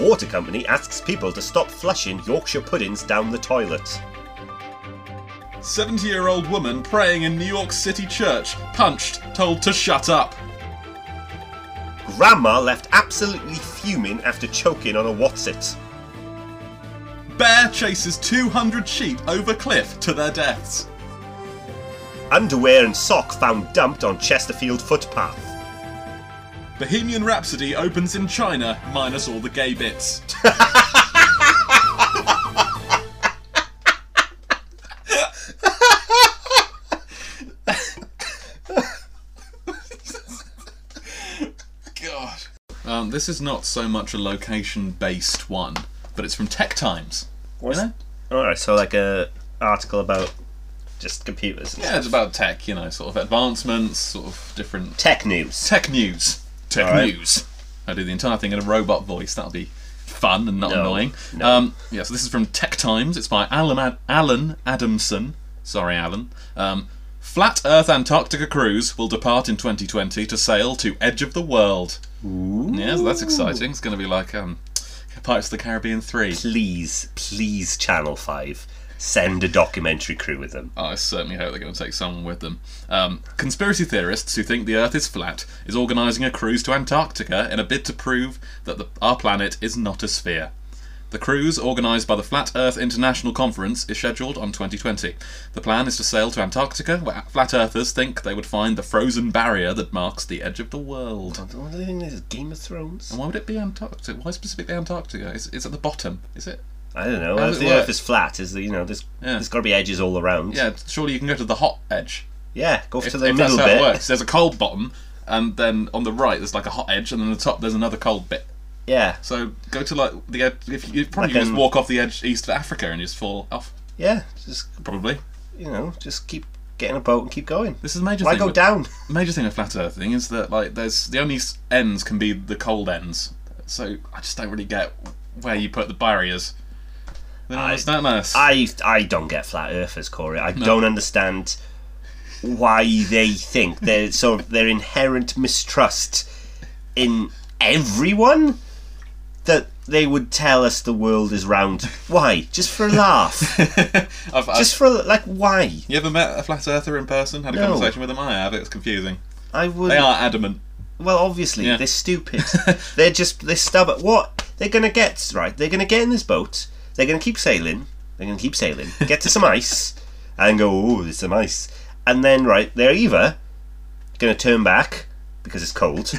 Water company asks people to stop flushing Yorkshire puddings down the toilet. 70 year old woman praying in New York City church, punched, told to shut up. Grandma left absolutely fuming after choking on a Watsit. Bear chases 200 sheep over cliff to their deaths. Underwear and sock found dumped on Chesterfield footpath. Bohemian Rhapsody opens in China, minus all the gay bits. God. Um, this is not so much a location based one, but it's from Tech Times. What's- You know? Alright, so like a article about just computers. and Yeah, it's about tech, you know, sort of advancements, sort of different Tech news. Tech news. Tech All right. news. I do the entire thing in a robot voice. That'll be fun and not No, annoying. no. Um, yeah, so this is from Tech Times. It's by Alan, Ad- Alan Adamson. Sorry, Alan. Um, Flat Earth Antarctica cruise will depart in 2020 to sail to edge of the world. Yeah, so that's exciting. It's going to be like um, Pirates of the Caribbean 3. Please, please, Channel 5, send a documentary crew with them. I Oh, certainly hope they're going to take someone with them. Um, conspiracy theorists who think the Earth is flat is organising a cruise to Antarctica in a bid to prove that the, our planet is not a sphere. The cruise, organised by the Flat Earth International Conference, is scheduled on 2020. The plan is to sail to Antarctica, where flat earthers think they would find the frozen barrier that marks the edge of the world. What do they think this is, Game of Thrones? And why would it be Antarctica? Why specifically Antarctica? It's, it's at the bottom, is it? I don't know. How If does it the Earth work? is flat, is the, you know, there's Yeah. there's got to be edges all around. Yeah, surely you can go to the hot edge. Yeah, go to if, the if middle that's how bit. it works. There's a cold bottom, and then on the right there's like a hot edge, and then on the top there's another cold bit. Yeah, So go to like the edge. If you, you probably Like, just um, walk off the edge east of Africa and you just fall off. yeah. Just Probably. you know, just keep getting a boat and keep going. This is a major Why thing. go with, down? Major thing with flat Earth thing is that like there's the only s- ends can be the cold ends. So I just don't really get where you put the barriers. They don't I- understand this. I I don't get flat earthers, Corey. I don't understand why they think they're so their inherent mistrust in everyone that they would tell us the world is round. Why? Just for a laugh. I've, I've- Just for a, like why? you ever met a flat earther in person? Had a No. conversation with them? I have. It's confusing. I would They are adamant. Well, obviously Yeah. they're stupid. they're just they're stubborn. What they're gonna get right? They're gonna get in this boat. They're gonna keep sailing. They're gonna keep sailing. Get to some ice, and go. Oh, there's some ice. And then right, they're either gonna turn back because it's cold,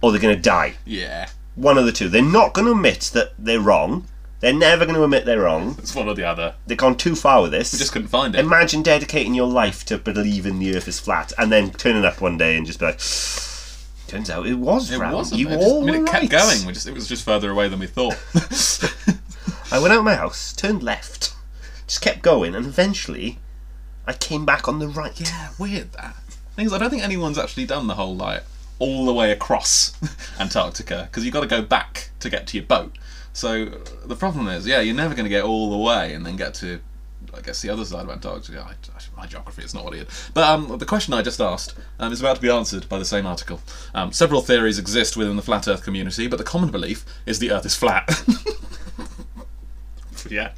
or they're gonna die. Yeah, One of the two. They're not gonna admit that they're wrong. They're never gonna admit they're wrong. it's one or the other. They've gone too far with this. We just couldn't find it. Imagine dedicating your life to believing the Earth is flat, and then turning up one day and just be like, "Turns out it was It round. wasn't. You it just, all I mean, it were kept right." going. We just, it was just further away than we thought. I went out of my house, turned left, just kept going, and eventually, I came back on the right. yeah, weird that. Things I don't think anyone's actually done the whole like all the way across Antarctica because you've got to go back to get to your boat. So uh, the problem is, yeah, you're never going to get all the way and then get to, I guess, the other side of Antarctica. I, I- my geography is not what it is. But um, the question I just asked um, is about to be answered by the same article. Um, several theories exist within the flat Earth community, but the common belief is the Earth is flat. yeah.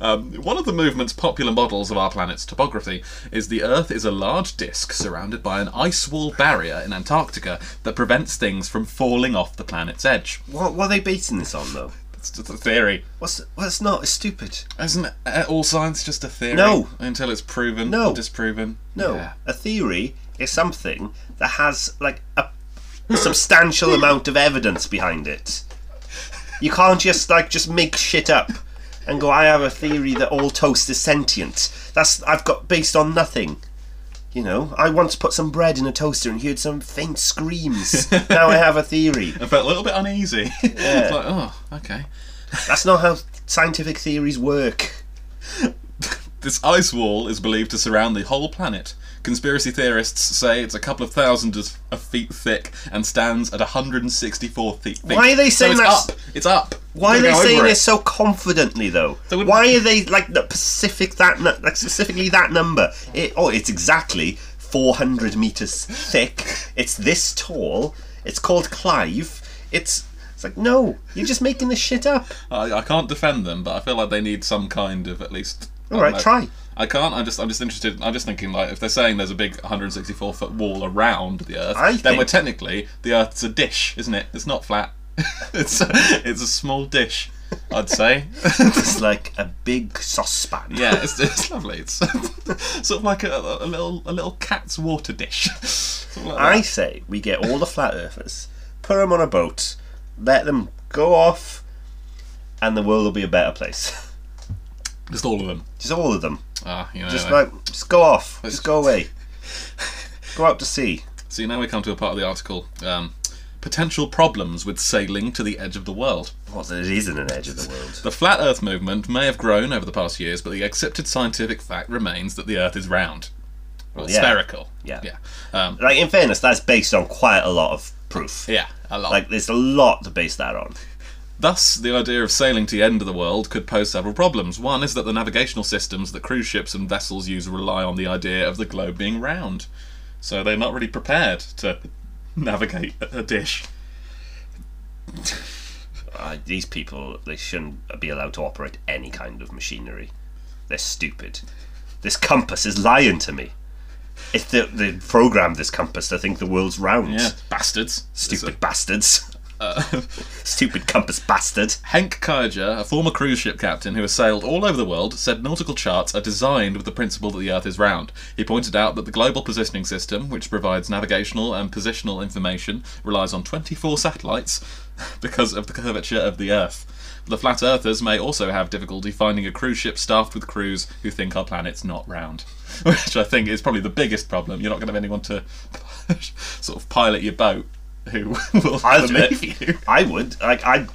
Um, one of the movement's popular models of our planet's topography is the Earth is a large disk surrounded by an ice wall barrier in Antarctica that prevents things from falling off the planet's edge. What, what are they basing this on though? That's just a theory. What's well, it's not. It's stupid. Isn't uh, all science just a theory? No. Until it's proven No. or disproven? No, Yeah. a theory is something that has like a substantial amount of evidence behind it. You can't just like just make shit up and go. I have a theory that all toast is sentient. That's I've got based on nothing. You know, I once put some bread in a toaster and heard some faint screams. now I have a theory. I felt a little bit uneasy. it's like, oh, okay. That's not how scientific theories work. This ice wall is believed to surround the whole planet. Conspiracy theorists say it's a couple of thousand of of feet thick and stands at 164 feet. thick. Why are they saying so that's- it's up? It's up. Why are Gotta they go saying over it. this so confidently, though? They wouldn't- Why are they like the Pacific that nu- like specifically that number? It, oh, it's exactly four hundred meters thick. It's this tall. It's called Clive. It's It's like, no, you're just making this shit up. I, I can't defend them, but I feel like they need some kind of at least. I All don't right, know. try. I can't. I'm just. I'm just interested. I'm just thinking like if they're saying there's a big 164 foot wall around the Earth, I then think- we're technically the Earth's a dish, isn't it? It's not flat. it's it's a small dish, I'd say. It's like a big saucepan. yeah, it's, it's lovely. It's sort of like a, a little a little cat's water dish. Something like that. I say we get all the flat earthers, put them on a boat, let them go off, and the world will be a better place. Just all of them. Just all of them. Ah, you know. Just like- like, just go off. Just go away. go out to sea. So now we come to a part of the article. Um, potential problems with sailing to the edge of the world. Well, it isn't an edge of the world. The flat Earth movement may have grown over the past years, but the accepted scientific fact remains that the Earth is round, well, yeah. spherical. Yeah. yeah, um, Like, in fairness, that's based on quite a lot of proof. yeah. A lot. Like, there's a lot to base that on. Thus, the idea of sailing to the end of the world could pose several problems. One is that the navigational systems that cruise ships and vessels use rely on the idea of the globe being round, so they're not really prepared to navigate a dish. Uh, these people, they shouldn't be allowed to operate any kind of machinery. They're stupid. This compass is lying to me. It's the, they programmed this compass to think the world's round. Yeah, bastards. Stupid bastards. Stupid compass bastard. Henk Kaiser, a former cruise ship captain who has sailed all over the world, said nautical charts are designed with the principle that the Earth is round. He pointed out that the Global Positioning System, which provides navigational and positional information, relies on 24 satellites because of the curvature of the Earth. The flat earthers may also have difficulty finding a cruise ship staffed with crews who think our planet's not round, which I think is probably the biggest problem. You're not going to have anyone to sort of pilot your boat who will I'll do believe it. you. I would. Like, I.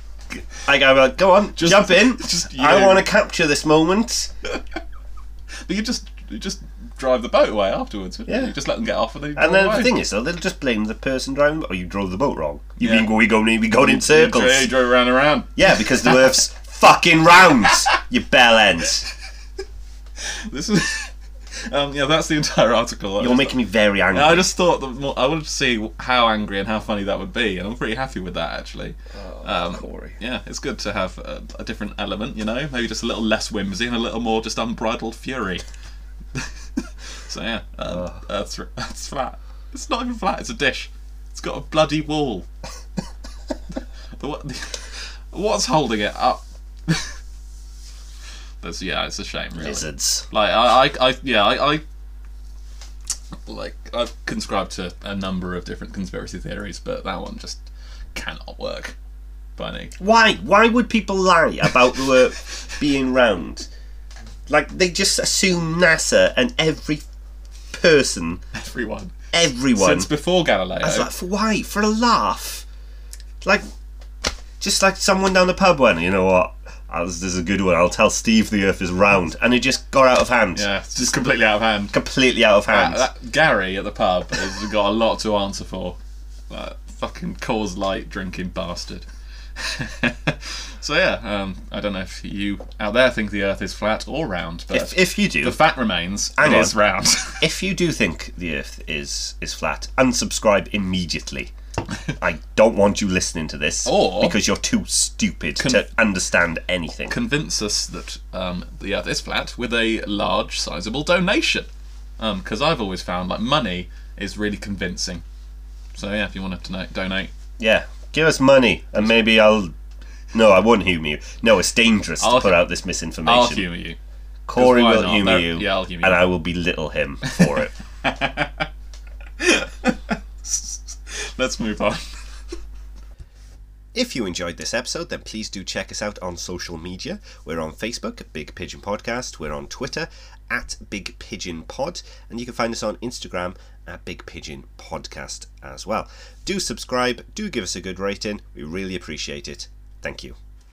Like, I'm like, go on, Just- jump in. just I you. want to capture this moment. But you just you just drive the boat away afterwards, wouldn't Yeah. you? Just let them get off and then you And drive then away. the thing is, though, they'll just blame the person driving. Oh, you drove the boat wrong. You Yeah. mean we go, we go in You circles? drive, you drive around and around. Yeah, because the Earth's fucking round. You bell end. This is um, yeah, that's the entire article. I You're just, making me very angry. I just thought that more, I wanted to see how angry and how funny that would be, and I'm pretty happy with that actually. um, Corey. Yeah, it's good to have a, a different element, you know, maybe just a little less whimsy and a little more just unbridled fury. so yeah, um, Earth's, Earth's flat. It's not even flat. It's a dish. It's got a bloody wall. the, wa- the, what's holding it up? That's yeah, it's a shame, really. Lizards. Like I, I, I yeah, I, I, like I've conscribed to a number of different conspiracy theories, but that one just cannot work. Bunny. Why? Why would people lie about the Earth being round? Like they just assume NASA and every person, Everyone. everyone. Since before Galileo. It's like for why? For a laugh? Like, just like someone down the pub went. You know what? Oh, this is a good one. I'll tell Steve the Earth is round, and it just got out of hand. yeah, it's just completely out of hand. Completely out of hand. That- that Gary at the pub has got a lot to answer for. That fucking cause light drinking bastard. so yeah, um, I don't know if you out there think the Earth is flat or round, but if, if you do, the fact remains Hang it on. is round. if you do think the earth is is flat unsubscribe immediately i don't want you listening to this Or- because you're too stupid to understand anything convince us that um, the Earth is flat with a large, sizable donation. Because I've always found like money is really convincing. So yeah, if you want to donate, donate. yeah give us money and maybe i'll no i won't humour you no it's dangerous I'll- to put out this I'll misinformation humour you. corey 'Cause why will not? humour No, you yeah, I'll humour and you. i will belittle him for it Let's move on. If you enjoyed this episode, then please do check us out on social media. We're on Facebook, Big Pigeon Podcast. We're on Twitter, at Big Pigeon Pod. And you can find us on Instagram, at Big Pigeon Podcast as well. Do subscribe, do give us a good rating. We really appreciate it. Thank you.